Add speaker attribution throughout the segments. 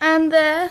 Speaker 1: and their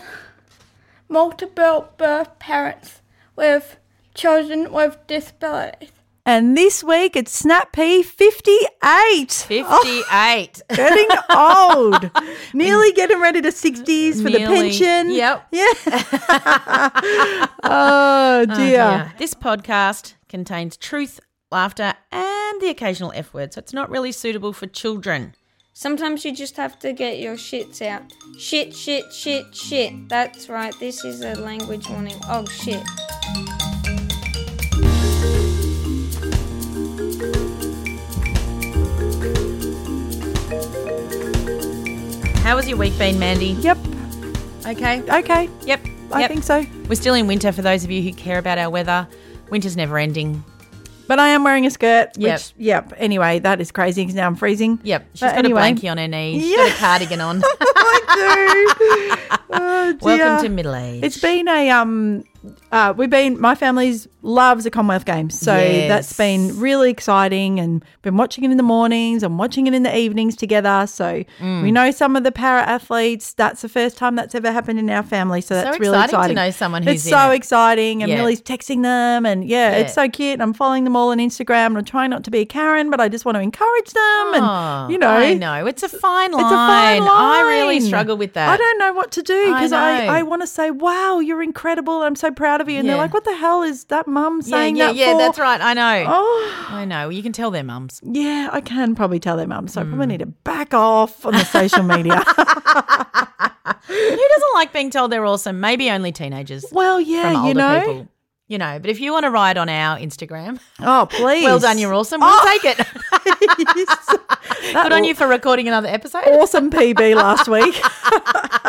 Speaker 1: multiple birth parents with children with disabilities.
Speaker 2: And this week it's Snap P 58.
Speaker 3: 58.
Speaker 2: Getting old. Nearly getting ready to 60s for the
Speaker 3: Nearly.
Speaker 2: pension.
Speaker 3: Yep.
Speaker 2: Yeah. oh, dear.
Speaker 3: Yeah. This podcast contains truth, laughter, and the occasional F word, so it's not really suitable for children.
Speaker 4: Sometimes you just have to get your shits out. Shit, shit, shit, shit. That's right, this is a language warning. Oh shit.
Speaker 3: How has your week been, Mandy?
Speaker 2: Yep.
Speaker 3: Okay.
Speaker 2: Okay.
Speaker 3: Yep.
Speaker 2: I
Speaker 3: Yep.
Speaker 2: think so.
Speaker 3: We're still in winter for those of you who care about our weather. Winter's never ending.
Speaker 2: But I am wearing a skirt.
Speaker 3: Yep.
Speaker 2: Which, yep. Anyway, that is crazy because now I'm freezing.
Speaker 3: Yep. she's
Speaker 2: But
Speaker 3: got
Speaker 2: anyway.
Speaker 3: a blankie on her knee. She's got
Speaker 2: Yeah. Oh,
Speaker 3: a cardigan on.
Speaker 2: I do. Oh, dear.
Speaker 3: Welcome to middle age.
Speaker 2: It's been a um, uh, we've been my family's loves the Commonwealth Games, so
Speaker 3: Yes.
Speaker 2: that's been really exciting, and been watching it in the mornings and watching it in the evenings together. So we
Speaker 3: Mm.
Speaker 2: know some of the para athletes. That's the first time that's ever happened in our family, so that's really
Speaker 3: exciting to
Speaker 2: exciting
Speaker 3: know someone
Speaker 2: it's
Speaker 3: who's in
Speaker 2: so
Speaker 3: it.
Speaker 2: exciting. and
Speaker 3: Yeah.
Speaker 2: really texting them, and yeah, it's
Speaker 3: Yeah.
Speaker 2: so cute. I'm following them all on Instagram, and I'm trying not to be a Karen, but I just want to encourage them,
Speaker 3: Oh,
Speaker 2: and you know,
Speaker 3: I know. It's a fine line.
Speaker 2: it's a fine line.
Speaker 3: I really struggle with that.
Speaker 2: I don't know what to do
Speaker 3: I
Speaker 2: because I,
Speaker 3: know.
Speaker 2: I, want to say, wow, you're incredible. I'm so proud of you. And
Speaker 3: Yeah.
Speaker 2: they're like, what the hell is that mum
Speaker 3: Yeah,
Speaker 2: saying
Speaker 3: yeah,
Speaker 2: that
Speaker 3: yeah.
Speaker 2: for?
Speaker 3: That's right. I know.
Speaker 2: Oh,
Speaker 3: I know. You can tell their mums.
Speaker 2: yeah, I can probably tell their mum. So I
Speaker 3: Hmm.
Speaker 2: probably need to back off on the social media.
Speaker 3: Who doesn't like being told they're awesome? Maybe only teenagers
Speaker 2: well,
Speaker 3: from
Speaker 2: yeah,
Speaker 3: older
Speaker 2: you know.
Speaker 3: people. You know, but if you want to ride on our Instagram,
Speaker 2: Oh, please.
Speaker 3: well done, you're awesome. We'll
Speaker 2: Oh.
Speaker 3: take it.
Speaker 2: That
Speaker 3: Good on
Speaker 2: aw-
Speaker 3: you for recording another episode.
Speaker 2: Awesome PB last week.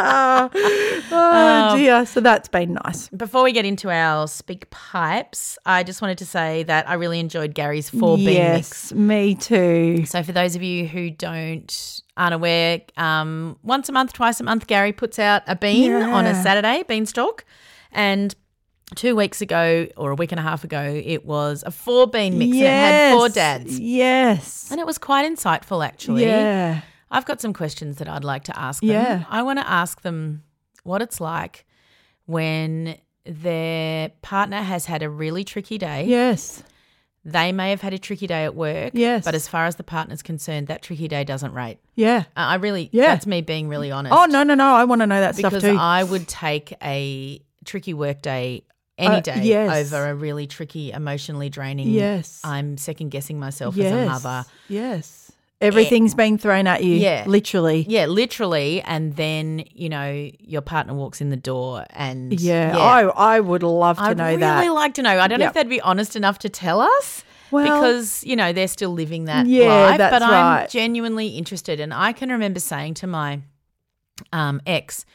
Speaker 2: oh, dear. So that's been nice.
Speaker 3: Before we get into our speak pipes, I just wanted to say that I really enjoyed Gary's 4B mix.
Speaker 2: yes, me too.
Speaker 3: So for those of you who don't aren't aware, um, once a month, twice a month, Gary puts out a bean on a
Speaker 2: Yeah.
Speaker 3: Saturday, beanstalk, and two weeks ago or a week and a half ago, it was a four bean mix and it had four
Speaker 2: Yes,
Speaker 3: dads,
Speaker 2: Yes.
Speaker 3: and it was quite insightful actually.
Speaker 2: Yeah.
Speaker 3: I've got some questions that I'd like to ask them.
Speaker 2: Yeah.
Speaker 3: I want to ask them what it's like when their partner has had a really tricky day.
Speaker 2: Yes.
Speaker 3: They may have had a tricky day at work.
Speaker 2: Yes.
Speaker 3: But as far as the partner's concerned, that tricky day doesn't rate.
Speaker 2: Yeah.
Speaker 3: Uh, I really,
Speaker 2: Yeah.
Speaker 3: that's me being really honest.
Speaker 2: Oh no no no! I want to know that
Speaker 3: because
Speaker 2: stuff too.
Speaker 3: I would take a tricky work day any
Speaker 2: Uh,
Speaker 3: day
Speaker 2: yes.
Speaker 3: over a really tricky, emotionally draining.
Speaker 2: Yes.
Speaker 3: I'm second guessing myself
Speaker 2: yes.
Speaker 3: as a mother.
Speaker 2: Yes. Everything's been thrown at you.
Speaker 3: Yeah.
Speaker 2: Literally.
Speaker 3: Yeah, literally. And then, you know, your partner walks in the door and.
Speaker 2: Yeah. I I would love to
Speaker 3: I'd
Speaker 2: know
Speaker 3: really
Speaker 2: that.
Speaker 3: like to know. I don't know if
Speaker 2: Yep.
Speaker 3: they'd be honest enough to tell us
Speaker 2: Well-
Speaker 3: because, you know, they're still living that
Speaker 2: Yeah,
Speaker 3: life.
Speaker 2: that's
Speaker 3: but I'm
Speaker 2: right.
Speaker 3: genuinely interested. And I can remember saying to my um, ex,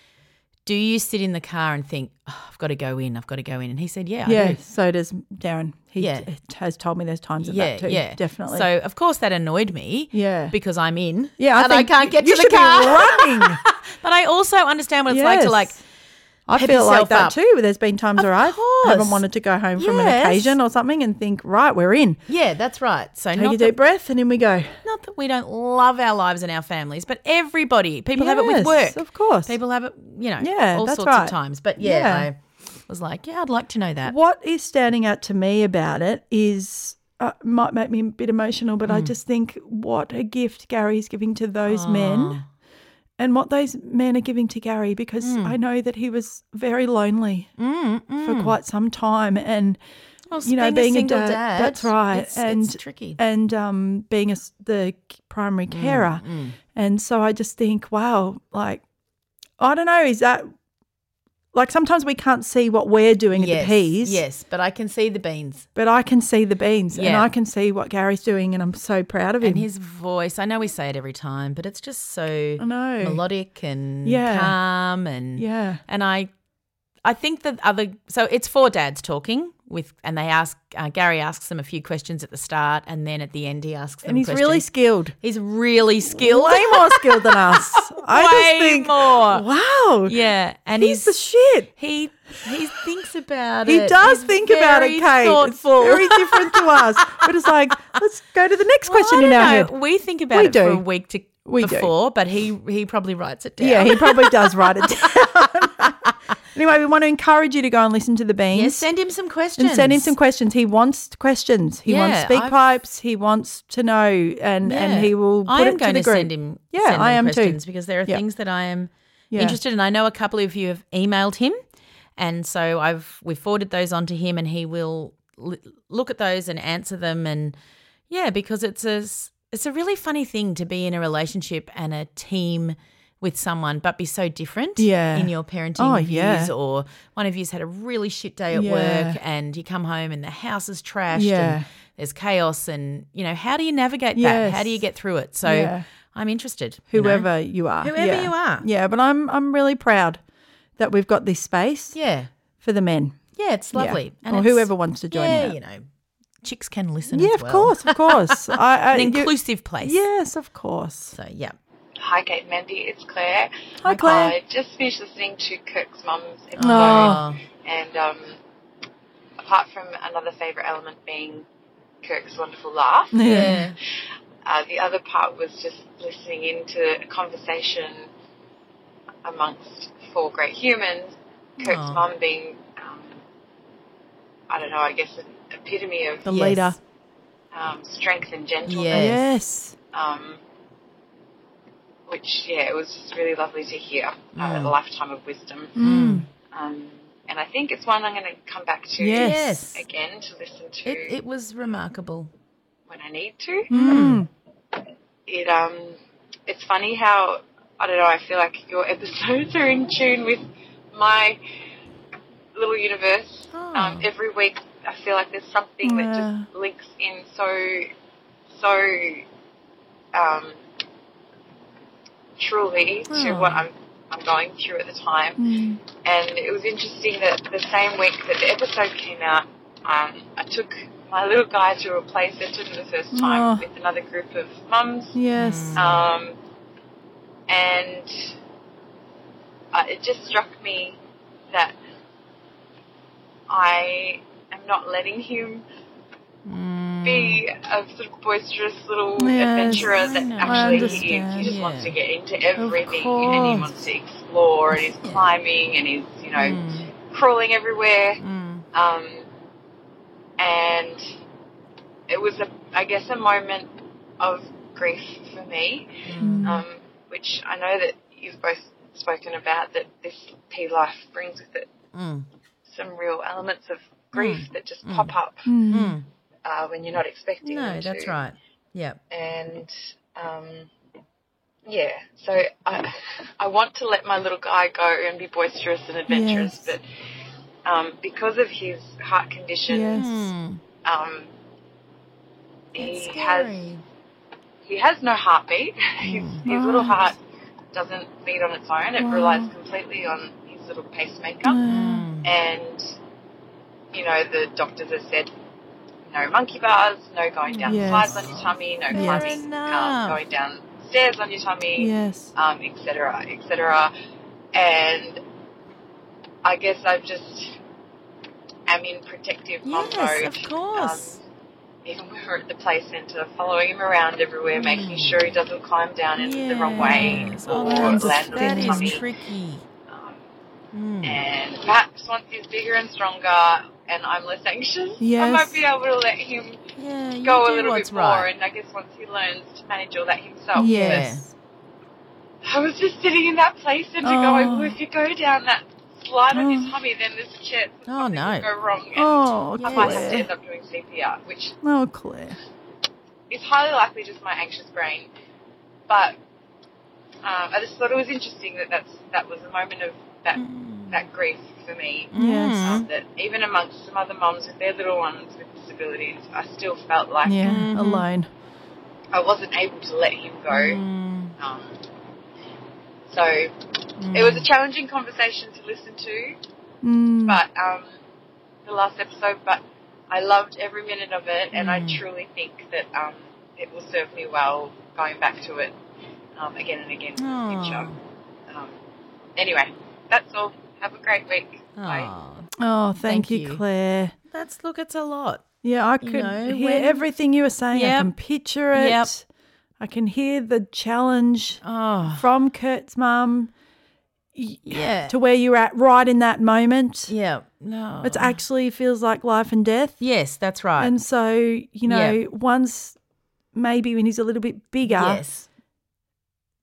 Speaker 3: Do you sit in the car and think, "Oh, I've got to go in, I've got to go in? And he said, Yeah, I
Speaker 2: yeah.
Speaker 3: do."
Speaker 2: So does Darren. He
Speaker 3: Yeah.
Speaker 2: t- has told me there's times of
Speaker 3: Yeah,
Speaker 2: that too.
Speaker 3: yeah,
Speaker 2: Definitely.
Speaker 3: So of course that annoyed me,
Speaker 2: Yeah.
Speaker 3: because I'm in,
Speaker 2: yeah.
Speaker 3: and
Speaker 2: think
Speaker 3: I can't get
Speaker 2: you
Speaker 3: to the
Speaker 2: should be
Speaker 3: car.
Speaker 2: running.
Speaker 3: But I also understand what it's like to
Speaker 2: Yes.
Speaker 3: like
Speaker 2: I
Speaker 3: Pep
Speaker 2: feel
Speaker 3: yourself
Speaker 2: like that
Speaker 3: up.
Speaker 2: too. There's been times where I
Speaker 3: course.
Speaker 2: haven't wanted to go home from an
Speaker 3: Yes.
Speaker 2: occasion or something and think, right, we're in.
Speaker 3: Yeah, that's right. So
Speaker 2: Take
Speaker 3: not
Speaker 2: a
Speaker 3: that,
Speaker 2: deep breath and in we go.
Speaker 3: not that we don't love our lives and our families, but everybody, people have it with
Speaker 2: Yes,
Speaker 3: work.
Speaker 2: Of course.
Speaker 3: People have it, you know,
Speaker 2: Yeah,
Speaker 3: all
Speaker 2: that's
Speaker 3: sorts of
Speaker 2: right.
Speaker 3: times. But yeah,
Speaker 2: Yeah.
Speaker 3: I was like, yeah, I'd like to know that.
Speaker 2: What is standing out to me about it is uh, might make me a bit emotional, but
Speaker 3: Hmm.
Speaker 2: I just think what a gift Gary's giving to those
Speaker 3: Ah.
Speaker 2: men, and what those men are giving to Gary because
Speaker 3: Hmm.
Speaker 2: I know that he was very lonely for quite some time, and
Speaker 3: Mm, Well,
Speaker 2: you know,
Speaker 3: being a
Speaker 2: being a,
Speaker 3: single
Speaker 2: dad,
Speaker 3: dad,
Speaker 2: that's right,
Speaker 3: it's- it's
Speaker 2: and
Speaker 3: tricky.
Speaker 2: and um, being a s the c- primary
Speaker 3: Hmm.
Speaker 2: carer, and so I just think, wow, like I don't know, is that Like sometimes we can't see what we're doing at
Speaker 3: yes,
Speaker 2: the peas.
Speaker 3: Yes, but I can see the beans
Speaker 2: But I can see the beans and
Speaker 3: Yeah.
Speaker 2: I can see what Gary's doing and I'm so proud of him.
Speaker 3: and his voice. I know we say it every time, but it's just so
Speaker 2: I know.
Speaker 3: melodic and
Speaker 2: Yeah.
Speaker 3: calm and
Speaker 2: Yeah.
Speaker 3: and I I think that other so it's four dads talking with and they ask uh, Gary asks them a few questions at the start and then at the end he asks them
Speaker 2: And he's
Speaker 3: questions.
Speaker 2: really skilled.
Speaker 3: he's really skilled
Speaker 2: Way more skilled than us. I just
Speaker 3: Way
Speaker 2: think
Speaker 3: more.
Speaker 2: Wow.
Speaker 3: yeah and
Speaker 2: He's
Speaker 3: he's,
Speaker 2: the shit.
Speaker 3: he he thinks about
Speaker 2: He
Speaker 3: it
Speaker 2: does
Speaker 3: He's
Speaker 2: think about it,
Speaker 3: very
Speaker 2: Kate.
Speaker 3: thoughtful.
Speaker 2: It's very different to us. But it's like, let's go to the next
Speaker 3: Well,
Speaker 2: question
Speaker 3: I
Speaker 2: in
Speaker 3: don't
Speaker 2: our
Speaker 3: know.
Speaker 2: head.
Speaker 3: we think about
Speaker 2: We
Speaker 3: it for
Speaker 2: do.
Speaker 3: a week to
Speaker 2: We do.
Speaker 3: before but he he probably writes it down
Speaker 2: Yeah, he probably does write it down. anyway, we want to encourage you to go and listen to the beans.
Speaker 3: yeah, send him some questions
Speaker 2: and send him some questions. He wants questions. He wants
Speaker 3: Yeah,
Speaker 2: speak
Speaker 3: I've-
Speaker 2: pipes. He wants to know, and
Speaker 3: Yeah.
Speaker 2: and he will. Put
Speaker 3: I am
Speaker 2: it
Speaker 3: going
Speaker 2: to, the
Speaker 3: to,
Speaker 2: group.
Speaker 3: send him.
Speaker 2: Yeah,
Speaker 3: send him
Speaker 2: I am too.
Speaker 3: questions because there are
Speaker 2: Yeah.
Speaker 3: things that I am
Speaker 2: Yeah.
Speaker 3: interested in. I know a couple of you have emailed him, and so I've we forwarded those on to him, and he will l- look at those and answer them. And yeah, because it's a s- it's a really funny thing to be in a relationship and a team with someone, but be so different.
Speaker 2: Yeah.
Speaker 3: in your parenting
Speaker 2: Oh,
Speaker 3: views,
Speaker 2: yeah.
Speaker 3: or one of you's had a really shit day at
Speaker 2: Yeah.
Speaker 3: work, and you come home and the house is trashed.
Speaker 2: Yeah.
Speaker 3: And, there's chaos and you know how do you navigate that how do
Speaker 2: Yes.
Speaker 3: you get through it so
Speaker 2: Yeah.
Speaker 3: i'm interested you know?
Speaker 2: Whoever you are,
Speaker 3: Whoever
Speaker 2: yeah.
Speaker 3: you are.
Speaker 2: yeah. But I'm I'm really proud that we've got this space
Speaker 3: yeah
Speaker 2: for the men
Speaker 3: yeah it's
Speaker 2: Yeah.
Speaker 3: lovely
Speaker 2: or
Speaker 3: it's-
Speaker 2: whoever wants to join.
Speaker 3: yeah
Speaker 2: that.
Speaker 3: you know chicks can listen
Speaker 2: yeah
Speaker 3: as
Speaker 2: of
Speaker 3: well.
Speaker 2: course, of course. I, I,
Speaker 3: an
Speaker 2: you-
Speaker 3: inclusive place
Speaker 2: Yes, of course.
Speaker 3: so yeah
Speaker 5: Hi, Kate and Mandy, it's Claire.
Speaker 2: Hi, Claire.
Speaker 5: I just finished listening to Kirk's mum's episode,
Speaker 2: Oh.
Speaker 5: and um, apart from another favourite element being Kirk's wonderful laugh,
Speaker 3: yeah
Speaker 5: uh, the other part was just listening into a conversation amongst four great humans. Kirk's
Speaker 3: Aw.
Speaker 5: mum being, um, I don't know, I guess an epitome of
Speaker 2: The
Speaker 3: Yes.
Speaker 2: leader.
Speaker 5: um, strength and gentleness.
Speaker 2: Yes.
Speaker 3: Yes.
Speaker 5: um, which yeah, it was just really lovely to hear. Uh,
Speaker 3: Mm.
Speaker 5: a lifetime of wisdom,
Speaker 2: Mm.
Speaker 5: um, and I think it's one I'm going to come back to
Speaker 2: Yes.
Speaker 5: again to listen to
Speaker 3: it, it was remarkable
Speaker 5: when I need to.
Speaker 3: Hmm.
Speaker 2: Mm.
Speaker 5: It um, it's funny how I don't know. I feel like your episodes are in tune with my little universe.
Speaker 3: Oh.
Speaker 5: Um, every week, I feel like there's something
Speaker 2: Yeah.
Speaker 5: that just links in so so um, truly to
Speaker 2: Hmm.
Speaker 3: Oh.
Speaker 5: what I'm I'm going through at the time.
Speaker 3: Hmm.
Speaker 2: Mm.
Speaker 5: And it was interesting that the same week that the episode came out, um, I took my little guy to a play session for the first time
Speaker 2: Oh.
Speaker 5: with another group of mums.
Speaker 2: Yes.
Speaker 5: Um, and uh, it just struck me that I am not letting him
Speaker 3: Mm.
Speaker 5: be a sort of boisterous little
Speaker 2: Yes,
Speaker 5: adventurer
Speaker 3: I
Speaker 5: that
Speaker 3: know.
Speaker 2: I
Speaker 5: actually he is. He
Speaker 2: understand,
Speaker 5: just wants
Speaker 3: yeah.
Speaker 5: to get into everything and he
Speaker 2: course.
Speaker 5: wants to explore and he's
Speaker 3: Yeah.
Speaker 5: climbing and he's, you know,
Speaker 3: Mm.
Speaker 5: crawling everywhere.
Speaker 3: Mm.
Speaker 5: Um, and it was, a, I guess, a moment of grief for me
Speaker 3: Mm.
Speaker 5: um, which I know that you've both spoken about that this P life brings with it
Speaker 3: Mm.
Speaker 5: some real elements of grief that just pop up
Speaker 2: Mm.
Speaker 3: Mm.
Speaker 5: uh, when you're not expecting
Speaker 3: no
Speaker 5: them
Speaker 3: that's
Speaker 5: to.
Speaker 3: right yeah
Speaker 5: And um, yeah, so I I want to let my little guy go and be boisterous and adventurous,
Speaker 2: Yes.
Speaker 5: but um, because of his heart condition,
Speaker 2: Yes.
Speaker 3: Mm.
Speaker 5: um,
Speaker 3: It's
Speaker 5: he has
Speaker 3: scary.
Speaker 5: he has no heartbeat. his,
Speaker 2: Hmm.
Speaker 5: his little heart doesn't beat on its own. It relies completely on his little pacemaker.
Speaker 3: Hmm.
Speaker 2: Mm.
Speaker 5: And you know, the doctors have said no monkey bars, no going down
Speaker 2: Yes.
Speaker 5: slides on your tummy, no
Speaker 2: Fair
Speaker 5: climbing,
Speaker 3: enough.
Speaker 5: um, going down stairs on your tummy,
Speaker 2: Yes.
Speaker 5: um, et cetera, et cetera. And I guess I've just am in protective mom mode.
Speaker 3: yes of course
Speaker 5: Um, even when we were at the play centre, following him around everywhere, making sure he doesn't climb down in the wrong way
Speaker 3: Hmm. Yes.
Speaker 5: or
Speaker 3: Oh,
Speaker 2: that's-
Speaker 5: land on
Speaker 3: that
Speaker 5: his
Speaker 3: is
Speaker 5: tummy.
Speaker 3: tricky.
Speaker 5: Um,
Speaker 3: Mm.
Speaker 5: and perhaps once he's bigger and stronger and I'm less anxious, I
Speaker 2: Yes.
Speaker 5: might be able to let him
Speaker 3: Yeah, you
Speaker 5: go a
Speaker 3: do
Speaker 5: little
Speaker 3: what's
Speaker 5: bit more.
Speaker 3: right.
Speaker 5: And I guess once he learns to manage all that
Speaker 3: Oh,
Speaker 5: himself.
Speaker 2: Yes.
Speaker 5: But I was just sitting in that play centre going,
Speaker 2: Oh.
Speaker 5: well, if you go down that slide on
Speaker 2: Oh.
Speaker 5: his tummy, then there's a chance that
Speaker 3: Oh,
Speaker 5: something
Speaker 3: no.
Speaker 5: could go wrong. And
Speaker 2: Oh,
Speaker 5: I
Speaker 3: Yes.
Speaker 5: might have to
Speaker 2: Claire.
Speaker 5: end up doing CPR, which
Speaker 2: Oh, Claire.
Speaker 5: it's highly likely just my anxious brain, but Um, I just thought it was interesting that that's, that was a moment of that, that grief for me.
Speaker 2: Mm. Yes.
Speaker 5: Um, that even amongst some other mums with their little ones with disabilities, I still felt like
Speaker 2: Yeah,
Speaker 3: Mm-hmm.
Speaker 2: alone.
Speaker 5: I wasn't able to let him go.
Speaker 2: Mm.
Speaker 3: Mm.
Speaker 5: Um, so it was a challenging conversation to listen to,
Speaker 2: Mm.
Speaker 5: but um, the last episode, but I loved every minute of it, and I truly think that um, it will serve me well going back to it um, again and again in the future. Um, anyway, that's all. Have a great week. Bye.
Speaker 3: Aw.
Speaker 2: Oh, thank,
Speaker 3: Thank
Speaker 2: you,
Speaker 3: you.
Speaker 2: Claire.
Speaker 3: That's look, it's a lot.
Speaker 2: Yeah, I could
Speaker 3: know,
Speaker 2: hear
Speaker 3: when-
Speaker 2: everything you were saying. I
Speaker 3: Yep.
Speaker 2: can picture it.
Speaker 3: Yep.
Speaker 2: I can hear the challenge
Speaker 3: Oh,
Speaker 2: from Kurt's mum
Speaker 3: yeah.
Speaker 2: to where you're at right in that moment.
Speaker 3: Yeah. No.
Speaker 2: It actually feels like life and death.
Speaker 3: yes, that's right.
Speaker 2: And so, you know,
Speaker 3: Yeah.
Speaker 2: once maybe when he's a little bit bigger,
Speaker 3: yes.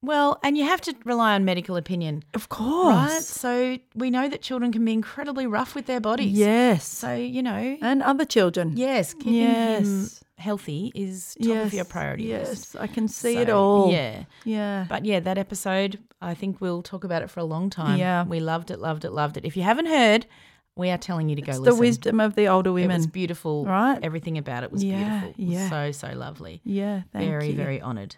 Speaker 3: Well, and you have to rely on medical opinion,
Speaker 2: of
Speaker 3: right?
Speaker 2: course.
Speaker 3: So we know that children can be incredibly rough with their bodies.
Speaker 2: Yes.
Speaker 3: So you know,
Speaker 2: and other children.
Speaker 3: yes, keeping him
Speaker 2: Yes.
Speaker 3: healthy is top of your priority
Speaker 2: Yes.
Speaker 3: list.
Speaker 2: I can see it
Speaker 3: So,
Speaker 2: all.
Speaker 3: Yeah.
Speaker 2: Yeah.
Speaker 3: But yeah, that episode, I think we'll talk about it for a long time.
Speaker 2: Yeah.
Speaker 3: We loved it, loved it, loved it. If you haven't heard, we are telling you to go
Speaker 2: it's
Speaker 3: listen.
Speaker 2: the wisdom of the older
Speaker 3: It was
Speaker 2: women.
Speaker 3: beautiful.
Speaker 2: right?
Speaker 3: Everything about it was
Speaker 2: Yeah,
Speaker 3: beautiful. It was
Speaker 2: yeah.
Speaker 3: So, so lovely.
Speaker 2: Yeah. Thank
Speaker 3: very,
Speaker 2: you.
Speaker 3: very honoured.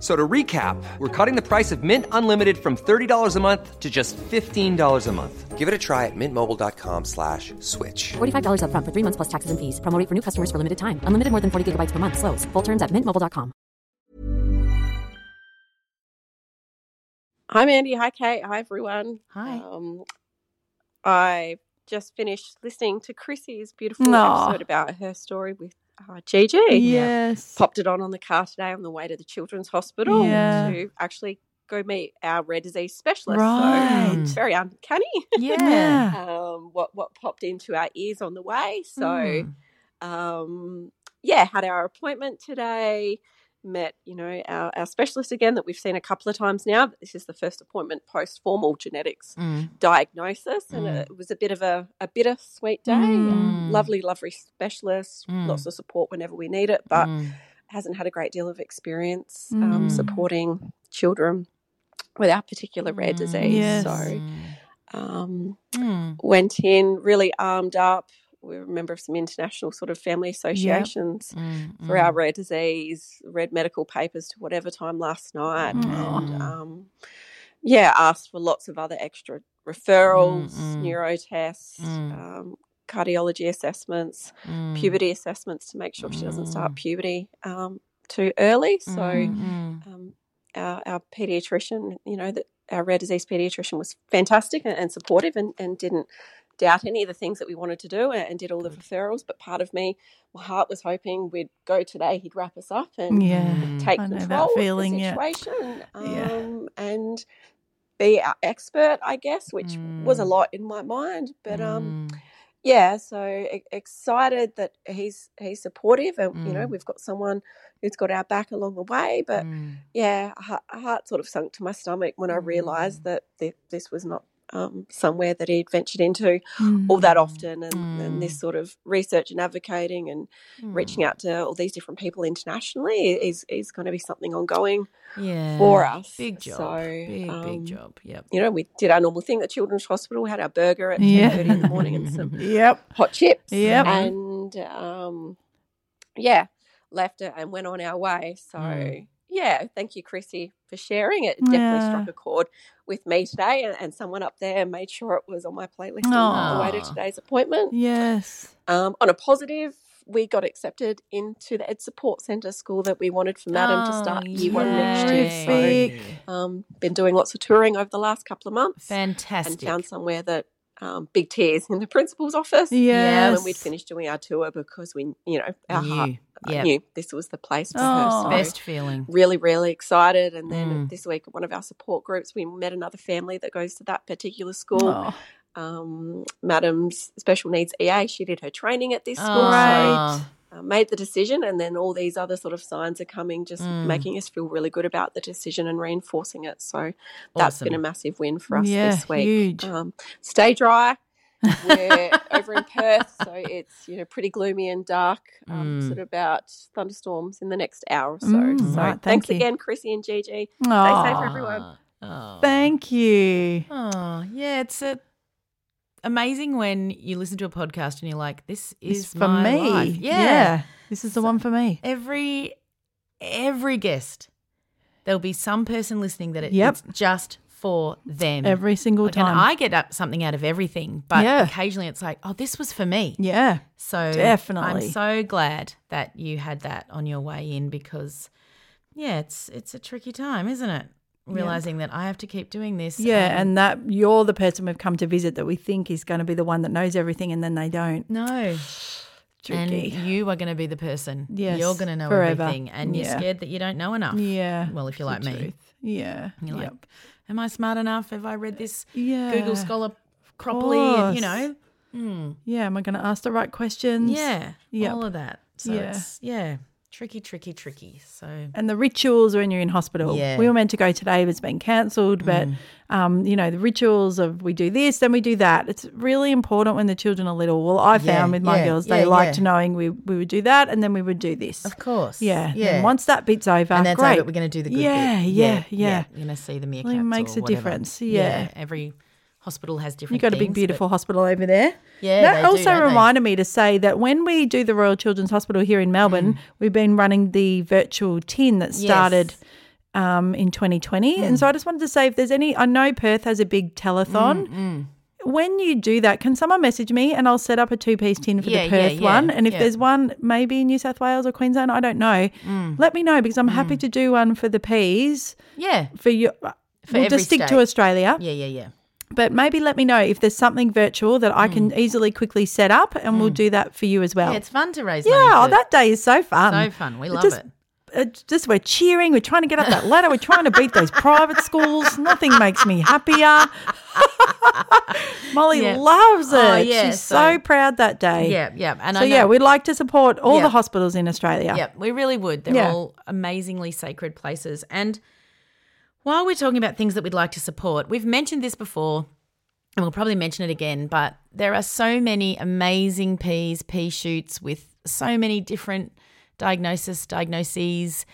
Speaker 6: So to recap, we're cutting the price of Mint Unlimited from $30 a month to just $15 a month. Give it a try at mintmobile.com slash switch.
Speaker 7: $45 upfront for three months plus taxes and fees. Promo rate for new customers for limited time. Unlimited more than 40 gigabytes per month. Slows. Full terms at mintmobile.com.
Speaker 8: Hi, Mandy. Hi, Kate. Hi, everyone.
Speaker 3: Hi.
Speaker 8: Um, I just finished listening to Chrissy's beautiful
Speaker 2: Aw.
Speaker 8: episode about her story with uh, Gigi.
Speaker 2: Yes.
Speaker 8: Popped it on on the car today on the way to the children's hospital
Speaker 2: Yeah.
Speaker 8: to actually go meet our rare disease specialist.
Speaker 2: Right.
Speaker 8: So it's very uncanny
Speaker 2: Yeah.
Speaker 8: um, what, what popped into our ears on the way. So
Speaker 3: Ah. Mm.
Speaker 8: um, yeah, had our appointment today. Met, you know, our, our specialist again that we've seen a couple of times now. But this is the first appointment post formal genetics
Speaker 3: Mm.
Speaker 8: diagnosis, and
Speaker 3: Mm.
Speaker 8: it was a bit of a, a bittersweet day.
Speaker 3: Mm.
Speaker 8: Lovely, lovely specialist,
Speaker 3: Mm.
Speaker 8: lots of support whenever we need it, but
Speaker 3: Mm.
Speaker 8: hasn't had a great deal of experience um,
Speaker 2: Mm.
Speaker 8: supporting children with our particular rare
Speaker 3: Mm.
Speaker 8: disease.
Speaker 2: Yes.
Speaker 8: So,
Speaker 3: Mm.
Speaker 8: um,
Speaker 3: Mm.
Speaker 8: went in really armed up. We were a member of some international sort of family associations
Speaker 3: Mm.
Speaker 8: for our rare disease, read medical papers to whatever time last night.
Speaker 3: Mm.
Speaker 8: And um, yeah, asked for lots of other extra referrals,
Speaker 3: Mm, mm.
Speaker 8: neuro tests,
Speaker 3: Mm.
Speaker 8: um, cardiology assessments,
Speaker 3: Mm.
Speaker 8: puberty assessments to make sure she doesn't start
Speaker 3: Mm.
Speaker 8: puberty um, too early. So
Speaker 3: Mm.
Speaker 8: um, our, our pediatrician, you know, that our rare disease pediatrician was fantastic and, and supportive and, and didn't doubt any of the things that we wanted to do and, and did all the referrals. But part of me, my heart was hoping we'd go today, he'd wrap us up and
Speaker 3: Mm.
Speaker 2: Yeah.
Speaker 8: take
Speaker 2: I know that
Speaker 8: control of
Speaker 2: feeling,
Speaker 8: the
Speaker 2: yeah.
Speaker 8: situation
Speaker 2: Yeah.
Speaker 8: um, and be our expert, I guess, which was a
Speaker 3: Mm.
Speaker 8: lot in my mind. But um,
Speaker 3: Mm.
Speaker 8: yeah, so e- excited that he's he's supportive and, you know,
Speaker 3: Mm.
Speaker 8: we've got someone who's got our back along the way. But
Speaker 3: Mm.
Speaker 8: yeah, a heart, a heart sort of sunk to my stomach when I
Speaker 3: Mm.
Speaker 8: realised that th- this was not um, somewhere that he'd ventured into all that
Speaker 3: Mm.
Speaker 8: often, and, and
Speaker 3: Mm.
Speaker 8: this sort of research and advocating and reaching out to all these different people internationally is is going to be something ongoing
Speaker 3: yeah.
Speaker 8: for us.
Speaker 3: Big job.
Speaker 8: So,
Speaker 3: big, big
Speaker 8: um,
Speaker 3: job. Yep.
Speaker 8: You know, we did our normal thing at Children's Hospital. We had our burger at
Speaker 2: Yeah.
Speaker 8: ten thirty in the morning and some
Speaker 2: Yep.
Speaker 8: hot chips.
Speaker 2: Yep.
Speaker 8: And
Speaker 3: Mm-hmm.
Speaker 8: um, yeah, left it and went on our way. So
Speaker 3: Mm.
Speaker 8: yeah, thank you, Chrissy, for sharing. It definitely
Speaker 2: Yeah.
Speaker 8: struck a chord with me today, and, and someone up there made sure it was on my playlist on the way to
Speaker 3: Aw.
Speaker 8: today's appointment.
Speaker 2: Yes.
Speaker 8: Um, on a positive, we got accepted into the Ed Support Centre school that we wanted for Madam to
Speaker 3: Oh,
Speaker 8: start year one next year.
Speaker 2: Terrific.
Speaker 8: So um, been doing lots of touring over the last couple of months and
Speaker 3: Fantastic.
Speaker 8: found somewhere that um, big tears in the principal's office.
Speaker 2: Yes.
Speaker 8: And when we'd finished doing our tour because we, you know, our heart
Speaker 3: New.
Speaker 8: uh,
Speaker 3: Yep.
Speaker 8: knew this was the place for
Speaker 2: Oh.
Speaker 8: her. So
Speaker 3: Best feeling.
Speaker 8: really, really excited. And then
Speaker 3: Mm.
Speaker 8: this week at one of our support groups, we met another family that goes to that particular school.
Speaker 2: Oh,
Speaker 8: E Um, Madam's special needs EA, she did her training at this school.
Speaker 3: Ah,
Speaker 8: So, uh, made the decision, and then all these other sort of signs are coming, just
Speaker 2: Mm.
Speaker 8: making us feel really good about the decision and reinforcing it. So that's been a
Speaker 3: Awesome.
Speaker 8: massive win for us
Speaker 2: Yeah,
Speaker 8: this week.
Speaker 2: huge.
Speaker 8: Um, stay dry. We're over in Perth, so it's you know pretty gloomy and dark. Um,
Speaker 3: Mm.
Speaker 8: Sort of about thunderstorms in the next hour or so.
Speaker 2: Mm,
Speaker 8: so
Speaker 2: right,
Speaker 8: thanks
Speaker 2: thank you.
Speaker 8: again, Chrissy and Gigi. safe,
Speaker 2: Aw,
Speaker 8: everyone.
Speaker 3: Oh,
Speaker 2: thank you.
Speaker 3: Oh, yeah, it's a amazing when you listen to a podcast and you're like, this is
Speaker 2: It's for
Speaker 3: my
Speaker 2: me.
Speaker 3: life. Yeah.
Speaker 2: This is the one for me.
Speaker 3: Every every guest, there'll be some person listening that it,
Speaker 2: Yep.
Speaker 3: it's just for them.
Speaker 2: Every single
Speaker 3: Like, and
Speaker 2: time.
Speaker 3: I get up something out of everything, but
Speaker 2: Yeah.
Speaker 3: occasionally it's like, oh, this was for me.
Speaker 2: yeah.
Speaker 3: So
Speaker 2: Definitely.
Speaker 3: I'm so glad that you had that on your way in because, yeah, it's it's a tricky time, isn't it? Realizing that I have to keep doing this.
Speaker 2: Yeah. And that you're the person we've come to visit that we think is going to be the one that knows everything and then they don't.
Speaker 3: no,
Speaker 2: Tricky.
Speaker 3: and you are going to be the person.
Speaker 2: Yes,
Speaker 3: you're going to know
Speaker 2: forever.
Speaker 3: everything, and you're
Speaker 2: Yeah.
Speaker 3: scared that you don't know enough.
Speaker 2: yeah.
Speaker 3: Well, if you're
Speaker 2: it's
Speaker 3: like
Speaker 2: the
Speaker 3: me,
Speaker 2: truth. Yeah.
Speaker 3: you're
Speaker 2: yep.
Speaker 3: like, am I smart enough? Have I read this
Speaker 2: yeah.
Speaker 3: Google Scholar properly? And, you
Speaker 2: course.
Speaker 3: know, Hmm.
Speaker 2: Yeah. Am I going to ask the right questions?
Speaker 3: yeah,
Speaker 2: Yep.
Speaker 3: all of that. So
Speaker 2: Yeah.
Speaker 3: it's yeah, tricky, tricky, tricky. So
Speaker 2: And the rituals when you're in hospital.
Speaker 3: Yeah. Mm.
Speaker 2: We were meant to go today, but it's been cancelled. But, um, you know, the rituals of we do this, then we do that. It's really important when the children are little. Well, I
Speaker 3: Yeah,
Speaker 2: found with my
Speaker 3: yeah,
Speaker 2: girls,
Speaker 3: yeah,
Speaker 2: they liked
Speaker 3: yeah.
Speaker 2: knowing we, we would do that and then we would do this.
Speaker 3: of course,
Speaker 2: Yeah.
Speaker 3: yeah.
Speaker 2: And once that bit's over,
Speaker 3: and that's
Speaker 2: great.
Speaker 3: over. We're going to do the good
Speaker 2: yeah,
Speaker 3: bit.
Speaker 2: Yeah, yeah,
Speaker 3: You're going to see the meerkats.
Speaker 2: Really makes
Speaker 3: or
Speaker 2: a
Speaker 3: whatever.
Speaker 2: difference, yeah.
Speaker 3: every hospital has different.
Speaker 2: You got a
Speaker 3: things,
Speaker 2: big,
Speaker 3: but-
Speaker 2: beautiful hospital over there.
Speaker 3: Yeah, they
Speaker 2: That
Speaker 3: do,
Speaker 2: also
Speaker 3: don't they?
Speaker 2: reminded me to say that when we do the Royal Children's Hospital here in Melbourne,
Speaker 3: Mm.
Speaker 2: we've been running the virtual tin that started um, in 2020.
Speaker 3: Mm.
Speaker 2: And so I just wanted to say if there's any, I know Perth has a big telethon.
Speaker 3: Mm,
Speaker 2: When you do that, can someone message me and I'll set up a two piece tin for
Speaker 3: Yeah,
Speaker 2: the
Speaker 3: yeah,
Speaker 2: Perth
Speaker 3: yeah,
Speaker 2: one? And if
Speaker 3: yeah.
Speaker 2: there's one maybe in New South Wales or Queensland, I don't know,
Speaker 3: Mm.
Speaker 2: let me know because I'm happy to do one for the peas
Speaker 3: Yeah.
Speaker 2: for your. we'll
Speaker 3: every
Speaker 2: just stick
Speaker 3: state.
Speaker 2: to Australia.
Speaker 3: Yeah, yeah, yeah.
Speaker 2: But maybe let me know if there's something virtual that I can easily quickly set up and we'll do that for you as well.
Speaker 3: Yeah, Mm. it's fun to raise money.
Speaker 2: Yeah, oh,
Speaker 3: for-
Speaker 2: that day is so fun.
Speaker 3: so fun. We love
Speaker 2: just,
Speaker 3: it.
Speaker 2: It's just we're cheering, we're trying to get up that ladder, we're trying to beat those private schools. Nothing makes me happier. Molly
Speaker 3: Yeah.
Speaker 2: loves it.
Speaker 3: Oh, yeah,
Speaker 2: She's so,
Speaker 3: so-
Speaker 2: proud that day.
Speaker 3: Yeah, yeah. And
Speaker 2: So
Speaker 3: I know,
Speaker 2: yeah, we'd like to support all
Speaker 3: Yeah.
Speaker 2: the hospitals in Australia.
Speaker 3: yeah, we really would. They're
Speaker 2: Yeah.
Speaker 3: all amazingly sacred places. And while we're talking about things that we'd like to support, we've mentioned this before and we'll probably mention it again, but there are so many amazing peas, pea shoots with so many different diagnosis, diagnoses,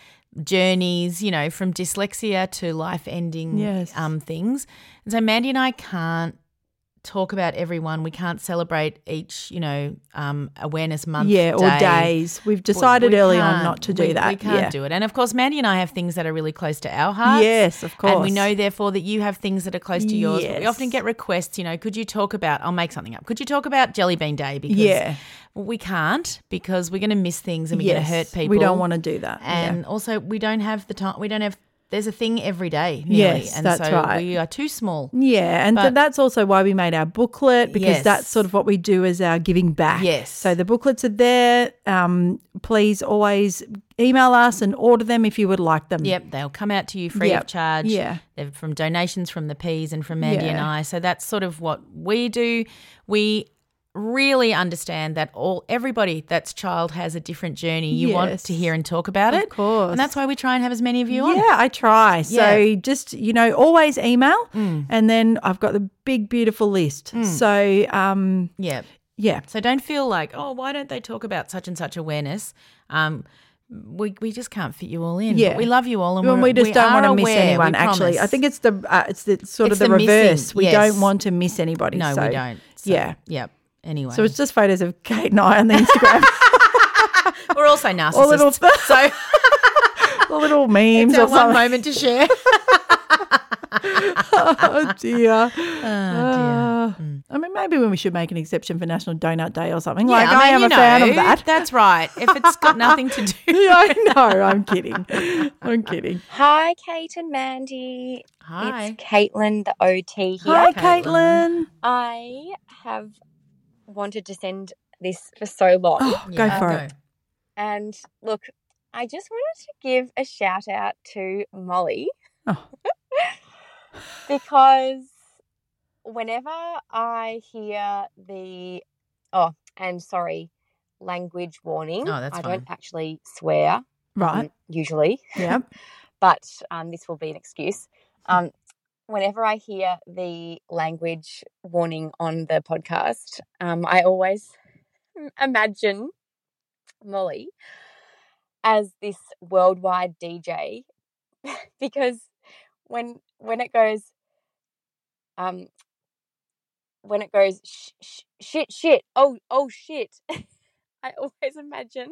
Speaker 3: journeys, you know, from dyslexia to life ending
Speaker 2: Yes.
Speaker 3: um, things. And so Mandy and I can't talk about everyone. We can't celebrate each, you know, um, awareness month.
Speaker 2: Yeah, or days. We've decided
Speaker 3: We
Speaker 2: early on
Speaker 3: can't-
Speaker 2: not to do
Speaker 3: we-
Speaker 2: that.
Speaker 3: We can't
Speaker 2: yeah.
Speaker 3: do it. And of course, Mandy and I have things that are really close to our hearts.
Speaker 2: Yes, of
Speaker 3: And we
Speaker 2: course.
Speaker 3: know, therefore, that you have things that are close to yours. But we
Speaker 2: Yes.
Speaker 3: often get requests, you know, could you talk about, I'll make something up, could you talk about Jelly Bean Day? Because
Speaker 2: Yeah.
Speaker 3: we can't because we're going to miss things and we're
Speaker 2: Yes,
Speaker 3: going to hurt people.
Speaker 2: We don't want to do that. Yeah.
Speaker 3: And also, we don't have the time, we don't have, there's a thing every day nearly.
Speaker 2: Yes,
Speaker 3: and
Speaker 2: that's
Speaker 3: so
Speaker 2: right.
Speaker 3: we are too small.
Speaker 2: Yeah, and so
Speaker 3: But-
Speaker 2: that's also why we made our booklet because
Speaker 3: Yes.
Speaker 2: that's sort of what we do as our giving back.
Speaker 3: Yes.
Speaker 2: So the booklets are there. Um, please always email us and order them if you would like them.
Speaker 3: Yep, they'll come out to you free
Speaker 2: Yep.
Speaker 3: of charge.
Speaker 2: Yeah.
Speaker 3: They're from donations from the P's and from Mandy and
Speaker 2: Yeah.
Speaker 3: I. So that's sort of what we do. We really understand that all everybody that's child has a different journey. You want
Speaker 2: Yes.
Speaker 3: to hear and talk about
Speaker 2: Of
Speaker 3: it.
Speaker 2: course.
Speaker 3: And that's why we try and have as many of you on.
Speaker 2: Yeah, I try. So
Speaker 3: Yeah. Mm.
Speaker 2: just, you know, always email. And then I've got the big, beautiful list. So, um,
Speaker 3: Yeah.
Speaker 2: yeah.
Speaker 3: Mm. So don't feel like, oh, why don't they talk about such and such awareness? Um we, we just can't fit you all in. But
Speaker 2: Yeah.
Speaker 3: we love you all and
Speaker 2: And
Speaker 3: we're-
Speaker 2: we just
Speaker 3: we
Speaker 2: don't
Speaker 3: are
Speaker 2: want to miss
Speaker 3: aware, we
Speaker 2: anyone. Actually, I
Speaker 3: promise.
Speaker 2: think it's the uh, it's the sort
Speaker 3: It's
Speaker 2: of the,
Speaker 3: the missing,
Speaker 2: reverse. We
Speaker 3: yes.
Speaker 2: don't want to miss anybody.
Speaker 3: No,
Speaker 2: so-
Speaker 3: we don't. So,
Speaker 2: yeah.
Speaker 3: Yep. Anyway.
Speaker 2: So it's just photos of Kate and I on the Instagram.
Speaker 3: we're also narcissists.
Speaker 2: Or little-
Speaker 3: so
Speaker 2: the little memes
Speaker 3: it's our
Speaker 2: or something.
Speaker 3: one moment to share.
Speaker 2: oh dear.
Speaker 3: Ah, Oh,
Speaker 2: Uh, I mean, maybe when we should make an exception for National Donut Day or something.
Speaker 3: Yeah,
Speaker 2: like, I,
Speaker 3: mean,
Speaker 2: am
Speaker 3: you
Speaker 2: a fan of
Speaker 3: know,
Speaker 2: that.
Speaker 3: That's right. If it's got nothing to do.
Speaker 2: Yeah, I know. I'm kidding. I'm kidding.
Speaker 9: Hi, Kate and Mandy.
Speaker 3: Hi.
Speaker 9: It's Caitlin, the OT here.
Speaker 2: Hi, Caitlin.
Speaker 3: Caitlin.
Speaker 9: I have wanted to send this for so long.
Speaker 2: Oh, go
Speaker 3: Yeah,
Speaker 2: for
Speaker 3: go.
Speaker 2: it.
Speaker 9: And look, I just wanted to give a shout out to Molly
Speaker 2: Oh.
Speaker 9: because whenever I hear the, oh, and sorry, language warning.
Speaker 3: Oh, that's
Speaker 9: I
Speaker 3: fine.
Speaker 9: don't actually swear
Speaker 2: Right.
Speaker 9: um, usually,
Speaker 2: Yep.
Speaker 9: but um, this will be an excuse. Um, whenever I hear the language warning on the podcast, um, I always imagine Molly as this worldwide DJ because when when it goes um when it goes sh- sh- shit shit oh oh shit I always imagine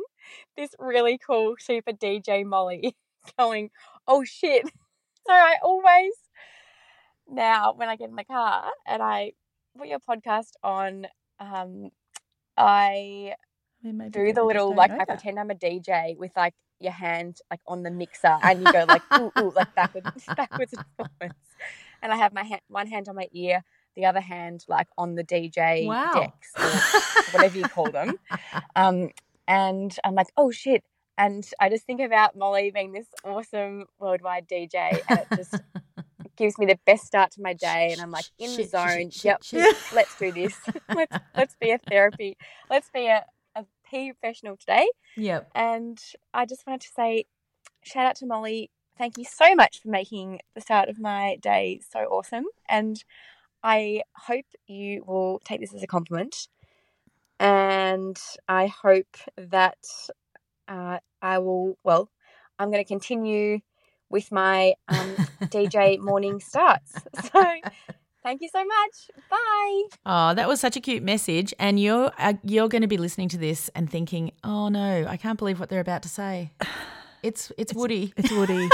Speaker 9: this really cool super DJ Molly going oh shit so I always now when I get in the car and I put your podcast on um I
Speaker 2: We maybe
Speaker 9: do the
Speaker 2: people just
Speaker 9: little
Speaker 2: don't
Speaker 9: like
Speaker 2: know
Speaker 9: I
Speaker 2: that.
Speaker 9: pretend I'm a DJ with like your hand like on the mixer and you go like ooh ooh like backwards backwards and forwards. And I have my hand one hand on my ear, the other hand like on the DJ
Speaker 3: Wow.
Speaker 9: decks or whatever you call them. Um and I'm like, oh shit. And I just think about Molly being this awesome worldwide DJ and it just gives me the best start to my day and I'm like in the
Speaker 3: Shit, shit,
Speaker 9: zone.
Speaker 3: shit,
Speaker 9: yep.
Speaker 3: shit.
Speaker 9: Let's do this. let's let's be a therapy. Let's be a, a PE professional today.
Speaker 3: Yep.
Speaker 9: And I just wanted to say shout out to Molly. Thank you so much for making the start of my day so awesome. And I hope you will take this as a compliment. And I hope that uh, I will, well, I'm going to continue with my um, DJ morning starts. So thank you so much. Bye.
Speaker 3: Oh, that was such a cute message, and you're uh, you're going to be listening to this and thinking, "Oh no, I can't believe what they're about to say." It's it's, Woody.
Speaker 2: It's Woody.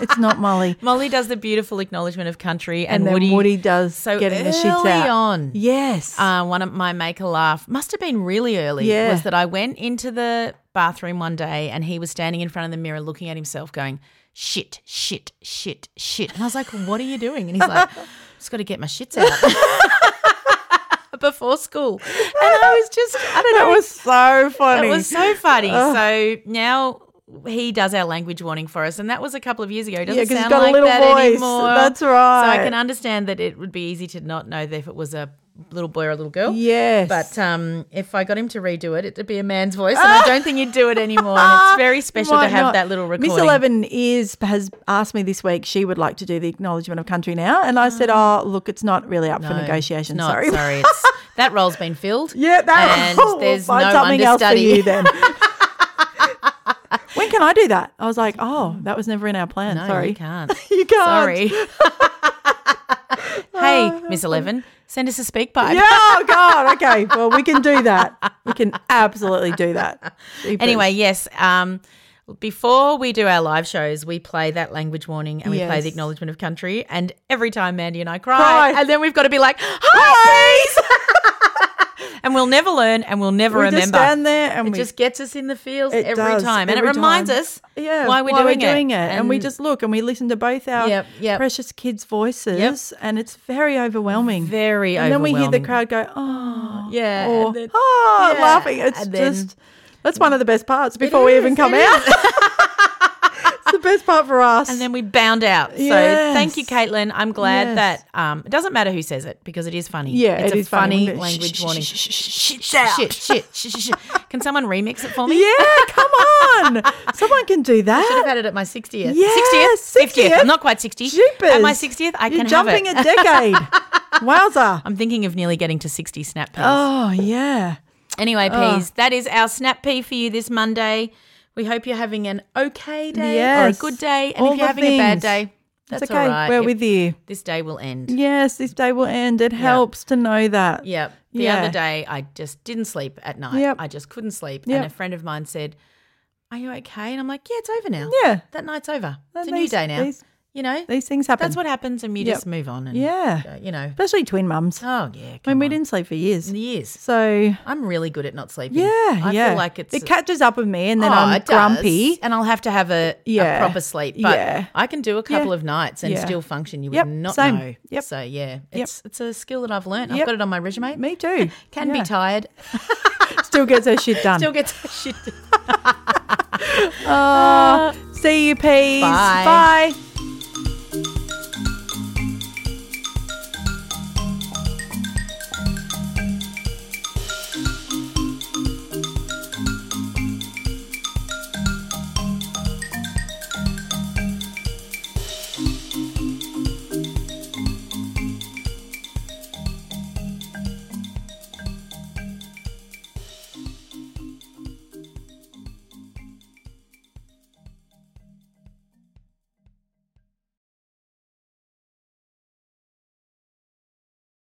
Speaker 2: it's not Molly.
Speaker 3: Molly does the beautiful acknowledgement of country,
Speaker 2: And,
Speaker 3: and,
Speaker 2: then Woody,
Speaker 3: Woody,
Speaker 2: does
Speaker 3: so
Speaker 2: getting the
Speaker 3: early
Speaker 2: shits out.
Speaker 3: on.
Speaker 2: Yes.
Speaker 3: Uh, one of my make a laugh must have been really early.
Speaker 2: Yeah.
Speaker 3: Was that I went into the bathroom one day and he was standing in front of the mirror looking at himself, going shit, shit, shit, shit, and I was like, "What are you doing?" And he's like, "Just got to get my shits out." Before school, and I was just—I don't
Speaker 2: that
Speaker 3: know.
Speaker 2: was so funny.
Speaker 3: It was so funny. So now he does our language warning for us, and that was a couple of years ago. It doesn't
Speaker 2: Yeah, 'cause he's
Speaker 3: sound
Speaker 2: got a
Speaker 3: like
Speaker 2: little
Speaker 3: that
Speaker 2: voice.
Speaker 3: anymore.
Speaker 2: That's
Speaker 3: So I
Speaker 2: right.
Speaker 3: can understand that it would be easy to not know if it was a little boy or a little girl.
Speaker 2: Yes.
Speaker 3: But um, if I got him to redo it, it'd be a man's voice, and I don't think he'd do it anymore. And it's very special to
Speaker 2: Might
Speaker 3: have
Speaker 2: not.
Speaker 3: that little recording.
Speaker 2: Miss Eleven is has asked me this week. She would like to do the acknowledgement of country now, and I said, "Oh, look, it's not really up for
Speaker 3: Ah. No,
Speaker 2: negotiation.
Speaker 3: it's not.
Speaker 2: sorry."
Speaker 3: sorry. It's, that role's been filled.
Speaker 2: yeah, that.
Speaker 3: And
Speaker 2: we'll
Speaker 3: there's
Speaker 2: find
Speaker 3: no
Speaker 2: something else for
Speaker 3: understudy.
Speaker 2: you then. when can I do that? I was like, "Oh, that was never in our plan.
Speaker 3: Mm. No,
Speaker 2: sorry,
Speaker 3: you can't.
Speaker 2: You can't.
Speaker 3: Sorry. hey, Miss Eleven, send us a speak pipe.
Speaker 2: Ah. Yeah, oh God. Okay. Well, we can do that. We can absolutely do that. Jeepers.
Speaker 3: Anyway, yes. Um, before we do our live shows, we play that language warning and we play
Speaker 2: Yes.
Speaker 3: the acknowledgement of country. And every time Mandy and I cry,
Speaker 2: Cry.
Speaker 3: and then we've got to be like, "Hi, please." and we'll never learn, and we'll never
Speaker 2: we
Speaker 3: remember.
Speaker 2: just stand there and
Speaker 3: it
Speaker 2: we
Speaker 3: just gets us in the feels
Speaker 2: It
Speaker 3: every
Speaker 2: does,
Speaker 3: time, and
Speaker 2: every
Speaker 3: it reminds
Speaker 2: time.
Speaker 3: us
Speaker 2: yeah,
Speaker 3: why we're doing it.
Speaker 2: And, we just look and we listen to both our
Speaker 3: Yep, yep.
Speaker 2: precious kids' voices, and it's very overwhelming.
Speaker 3: very
Speaker 2: and then we hear the crowd
Speaker 3: overwhelming.
Speaker 2: go, oh,
Speaker 3: Yeah,
Speaker 2: or,
Speaker 3: and then-
Speaker 2: oh,
Speaker 3: yeah,
Speaker 2: laughing. It's
Speaker 3: and then-
Speaker 2: just that's one of the best parts before we even come out. it's the best part for us.
Speaker 3: And then we bound out. So
Speaker 2: Yes.
Speaker 3: thank you, Caitlin. I'm
Speaker 2: Yes.
Speaker 3: glad that um, it doesn't matter who says it because it is funny.
Speaker 2: Yeah,
Speaker 3: it's
Speaker 2: it
Speaker 3: a
Speaker 2: is
Speaker 3: funny,
Speaker 2: funny. We go,
Speaker 3: language
Speaker 2: "Shh, shh,
Speaker 3: warning.
Speaker 2: shh, shh,
Speaker 3: Shit, shit, shit, shit, shit. Can someone remix it for me?
Speaker 2: yeah, come on, someone can do that.
Speaker 3: Should have had it at my 60th.
Speaker 2: Yes,
Speaker 3: 60th? 50th.
Speaker 2: 60th.
Speaker 3: I'm not quite 60.
Speaker 2: Jeepers.
Speaker 3: At my 60th, I
Speaker 2: You're
Speaker 3: can
Speaker 2: jumping
Speaker 3: have it.
Speaker 2: a decade. Wowza.
Speaker 3: I'm thinking of nearly getting to 60 snap peas.
Speaker 2: Oh, yeah.
Speaker 3: Anyway,
Speaker 2: Ah.
Speaker 3: peas, that is our snap pea for you this Monday. We hope you're having an okay day or a
Speaker 2: Yes.
Speaker 3: good day. And
Speaker 2: All
Speaker 3: if you're
Speaker 2: the
Speaker 3: having a bad
Speaker 2: things.
Speaker 3: day, that's
Speaker 2: it's okay.
Speaker 3: all right.
Speaker 2: We're
Speaker 3: If-
Speaker 2: with you.
Speaker 3: This day will end.
Speaker 2: Yes, this day will end. It helps to know that.
Speaker 3: Yep. The
Speaker 2: Yeah.
Speaker 3: other day, I just didn't sleep at night.
Speaker 2: Yep.
Speaker 3: I just couldn't sleep.
Speaker 2: Yep.
Speaker 3: And a friend of mine said, Are you okay? And I'm like, Yeah, it's over now.
Speaker 2: Yeah.
Speaker 3: That night's over.
Speaker 2: And
Speaker 3: It's a new
Speaker 2: these-
Speaker 3: day now.
Speaker 2: These,
Speaker 3: you know,
Speaker 2: these things happen.
Speaker 3: that's what happens, and you
Speaker 2: Yep.
Speaker 3: just move on. And,
Speaker 2: Yeah.
Speaker 3: uh, You know,
Speaker 2: Especially twin mums.
Speaker 3: oh, yeah.
Speaker 2: I mean,
Speaker 3: come
Speaker 2: we
Speaker 3: on.
Speaker 2: didn't sleep for years.
Speaker 3: In years.
Speaker 2: So,
Speaker 3: I'm really good at not sleeping.
Speaker 2: yeah,
Speaker 3: I
Speaker 2: yeah.
Speaker 3: feel like it's.
Speaker 2: It catches up with me and then
Speaker 3: Oh,
Speaker 2: I'm
Speaker 3: it does.
Speaker 2: grumpy.
Speaker 3: and I'll have to have a, a
Speaker 2: Yeah.
Speaker 3: proper sleep. But
Speaker 2: Yeah.
Speaker 3: I can do a couple of nights and
Speaker 2: Yeah.
Speaker 3: still function. You would
Speaker 2: Yep,
Speaker 3: not
Speaker 2: same.
Speaker 3: know.
Speaker 2: Yep.
Speaker 3: So yeah, it's it's a skill that I've learned. I've
Speaker 2: Yep.
Speaker 3: got it on my resume.
Speaker 2: Me too.
Speaker 3: Can be
Speaker 2: Yeah.
Speaker 3: tired. Um,
Speaker 2: Still gets her shit done.
Speaker 3: Still gets shit.
Speaker 2: oh, see you, peas.
Speaker 3: Ah. Bye.
Speaker 2: Bye.